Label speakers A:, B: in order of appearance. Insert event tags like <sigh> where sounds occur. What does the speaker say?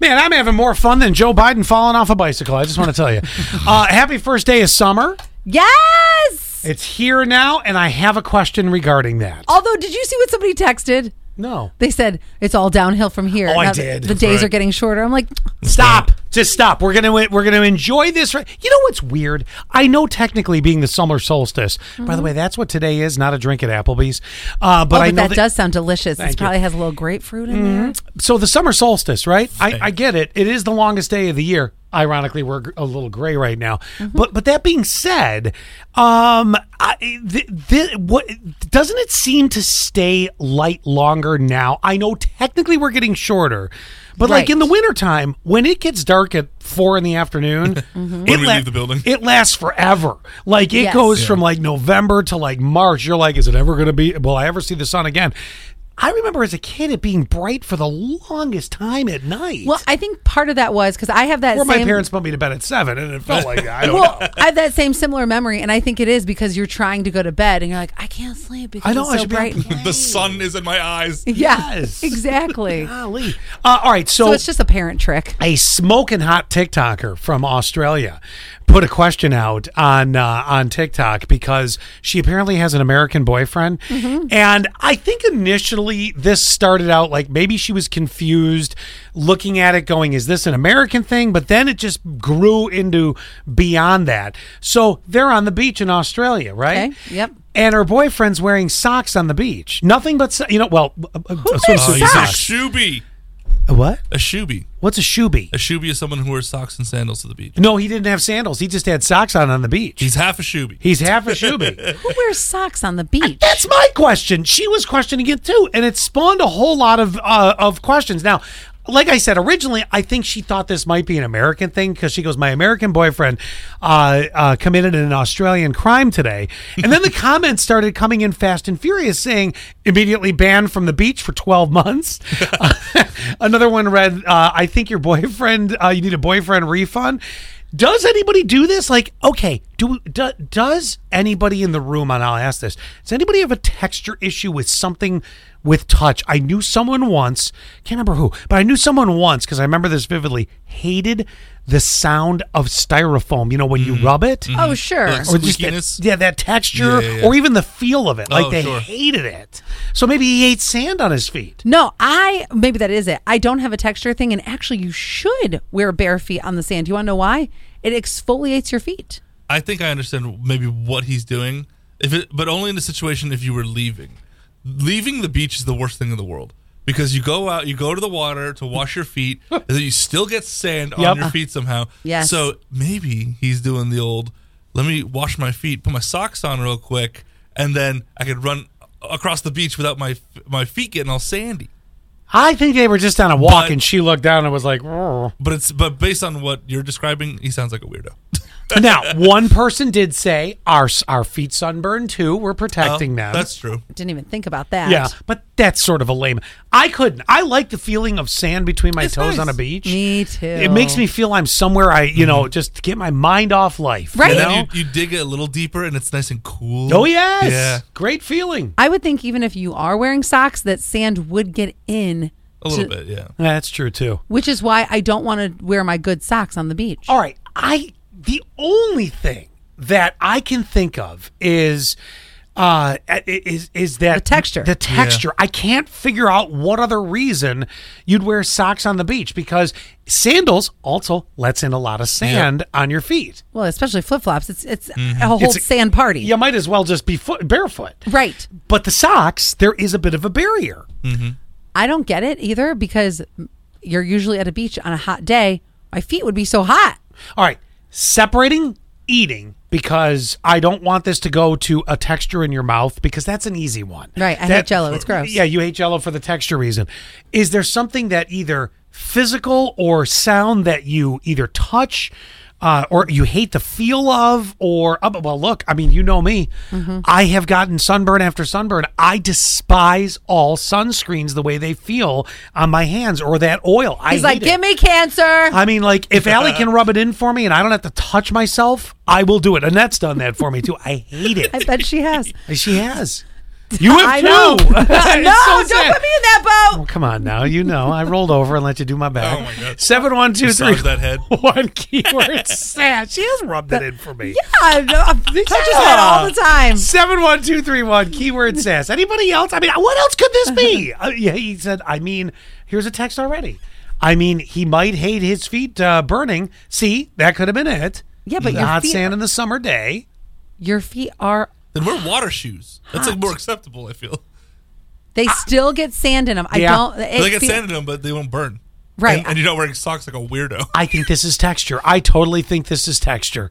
A: Man, I'm having more fun than Joe Biden falling off a bicycle. I just want to
B: <laughs>
A: tell you. Uh, happy first day of summer.
B: Yes.
A: It's here now, and I have a question regarding that.
B: Although, did you see what somebody texted?
A: No.
B: They said it's all downhill from here.
A: Oh, I
B: Now
A: did.
B: The
A: That's
B: days
C: right.
B: are getting shorter. I'm like,
A: Stop. Just stop. We're gonna we're gonna enjoy this. Right. You know what's weird? I know technically being the summer solstice. By the way, that's what today is. Not a drink at Applebee's. Uh, but
B: Mm-hmm. oh,
A: I
B: but
A: know
B: that, does sound delicious. It
A: Thank you. Mm-hmm.
B: probably has a little grapefruit in there.
A: So the summer solstice, right? I, I get it. It is the longest day of the year. Ironically, we're gr- a little gray right now.
B: Mm-hmm.
A: But but that being said, um, I, th- th- what doesn't it seem to stay light longer now? I know technically we're getting shorter, but like
B: Right.
A: in the wintertime, when it gets dark at four in the
B: <laughs>
A: afternoon, it
C: When we leave the building.
A: it lasts forever. Like it
B: Mm-hmm. Yes.
A: goes
C: Yeah.
A: from like November to like March. You're like, is it ever going to be? Will I ever see the sun again? I remember as a kid it being bright for the longest time at night.
B: Well, I think part of that was because I have that
A: or my
B: same.
A: parents put me to bed at seven, and it felt like I don't know.
B: <laughs> well, I have that same similar memory, and I think it is because you're trying to go to bed and you're like, I can't sleep because
A: I know
B: it's
A: I
B: so
A: should be up <laughs>
B: bright.
A: playing.
C: <laughs> The sun is in my eyes.
B: yeah,
A: Yes. <laughs>
B: exactly.
A: Golly. Uh, all right,
B: So it's just a parent trick.
A: a smoking hot TikToker from Australia put a question out on uh, on TikTok because she apparently has an American boyfriend,
B: Mm-hmm.
A: and I think initially this started out like maybe she was confused, looking at it, going, "Is this an American thing?" But then it just grew into beyond that. So they're on the beach in Australia, right?
B: Okay, yep.
A: And her boyfriend's wearing socks on the beach. Nothing but so- you know. Well, a- a- a
B: wears
A: swimsuit
C: Oh, he's a
B: Socks.
C: shoebie.
A: A What?
C: A shoebie.
A: What's a shoebie?
C: A shoebie is someone who wears socks and sandals to the beach.
A: No, he didn't have sandals. He just had socks on on the beach.
C: He's half a shoebie.
A: He's half a
B: <laughs>
A: shoebie.
B: Who wears socks on the beach?
A: <laughs> That's my question. She was questioning it too, and it spawned a whole lot of uh, of questions. Now, like I said originally, I think she thought this might be an American thing because she goes, "My American boyfriend uh, uh, committed an Australian crime today," and then the comments started coming in fast and furious, saying immediately banned from the beach for twelve months. <laughs> Another one read, uh, "I think your boyfriend, uh, you need a boyfriend refund." Does anybody do this? Like, okay, do, do does anybody in the room? And I'll ask this: Does anybody have a texture issue with something with touch? I knew someone once, can't remember who, but I knew someone once because I remember this vividly. Hated the sound of styrofoam. You know when you rub it,
B: Oh, sure.
C: Like
A: or just
C: Mm-hmm. squeakiness.
A: that, yeah, that texture,
C: Yeah, yeah, yeah.
A: or even the feel of it. Like
C: Oh,
A: they
C: sure.
A: hated it. So maybe he ate sand on his feet.
B: No, I maybe that is it. I don't have a texture thing, and actually, you should wear bare feet on the sand. You want to know why? It exfoliates your feet.
C: I think I understand maybe what he's doing, if it, but only in the situation if you were leaving. Leaving the beach is the worst thing in the world because you go out, you go to the water to wash your feet, and then you still get sand
A: Yep.
C: on your feet somehow.
B: Yes.
C: So maybe he's doing the old, let me wash my feet, put my socks on real quick, and then I could run across the beach without my my feet getting all sandy.
A: I think they were just on a walk,
C: But-
A: and she looked down and was like. "Oh."
C: But it's but based on what you're describing, he sounds like a weirdo.
A: <laughs> now, one person did say our our feet sunburn too. We're protecting them.
C: Oh, That's true.
B: Didn't even think about that.
A: yeah, but that's sort of a lame. I couldn't. I like the feeling of sand between my
C: It's
A: toes
C: nice. Mm-hmm.
A: on a beach.
B: Me too.
A: It makes me feel I'm somewhere. I you know just to get my mind off life.
B: Right.
A: You
C: And
A: know?
C: then you, you dig it a little deeper, and it's nice and cool.
A: oh yes.
C: yeah.
A: Great feeling.
B: I would think even if you are wearing socks, that sand would get in
C: A little
B: to-
C: bit, yeah.
A: That's true too.
B: which is why I don't want to wear my good socks on the beach.
A: All right. I the only thing that I can think of is uh is is that
B: The texture.
A: The texture. I can't figure out what other reason you'd wear socks on the beach because sandals also lets in a lot of sand on your feet.
B: Well, especially flip flops. It's it's a whole
A: Mm-hmm. It's a-
B: sand party.
A: You might as well just be foot, barefoot.
B: Right.
A: But the socks, there is a bit of a barrier.
B: I don't get it either because you're usually at a beach on a hot day. My feet would be so hot.
A: All right, separating eating because I don't want this to go to a texture in your mouth because that's an easy one.
B: Right, I hate
A: That-
B: Jell-O, it's gross.
A: Yeah, you hate Jello for the texture reason. Is there something that either physical or sound that you either touch? Uh, or you hate the feel of, or uh, well, look, I mean, you know me.
B: Mm-hmm.
A: I have gotten sunburn after sunburn. I despise all sunscreens the way they feel on my hands or that oil. I
B: He's like,
A: hate it.
B: give me cancer.
A: I mean, like, if Allie
C: <laughs>
A: can rub it in for me and I don't have to touch
B: <laughs>
A: myself, I will do it. Annette's done that for me too. I hate
B: I
A: it. <laughs>
B: bet she has.
A: She has. You have
B: I
A: two.
B: <laughs> know. no,
A: <laughs>
B: don't
A: It's so
B: put me
A: sad.
B: in that boat.
A: Come on now, you know I rolled over and let you do my back.
C: Oh my God.
A: Seven one two three
C: Massage that head.
A: <laughs> one
B: <laughs>
A: keyword sad. She has rubbed it in for me.
B: I know. I touch his head all the time.
A: Seven one two three one keyword says. Anybody else? I mean, what else could this
B: <laughs>
A: be? Uh, yeah, he said. I mean, here's a text already. I mean, he might hate his feet uh, burning. See, that could have been it.
B: Yeah, but your
A: not
B: feet-
A: sand in the summer day.
B: Your feet are.
C: Then wear water shoes. That's like more acceptable. I feel.
B: They still get sand in them. I
A: Yeah.
B: don't. it
C: they get
B: feel-
C: sand in them, but they won't burn.
B: Right.
C: And, and you're not wearing socks like a weirdo.
A: I think this is texture. I totally think this is texture.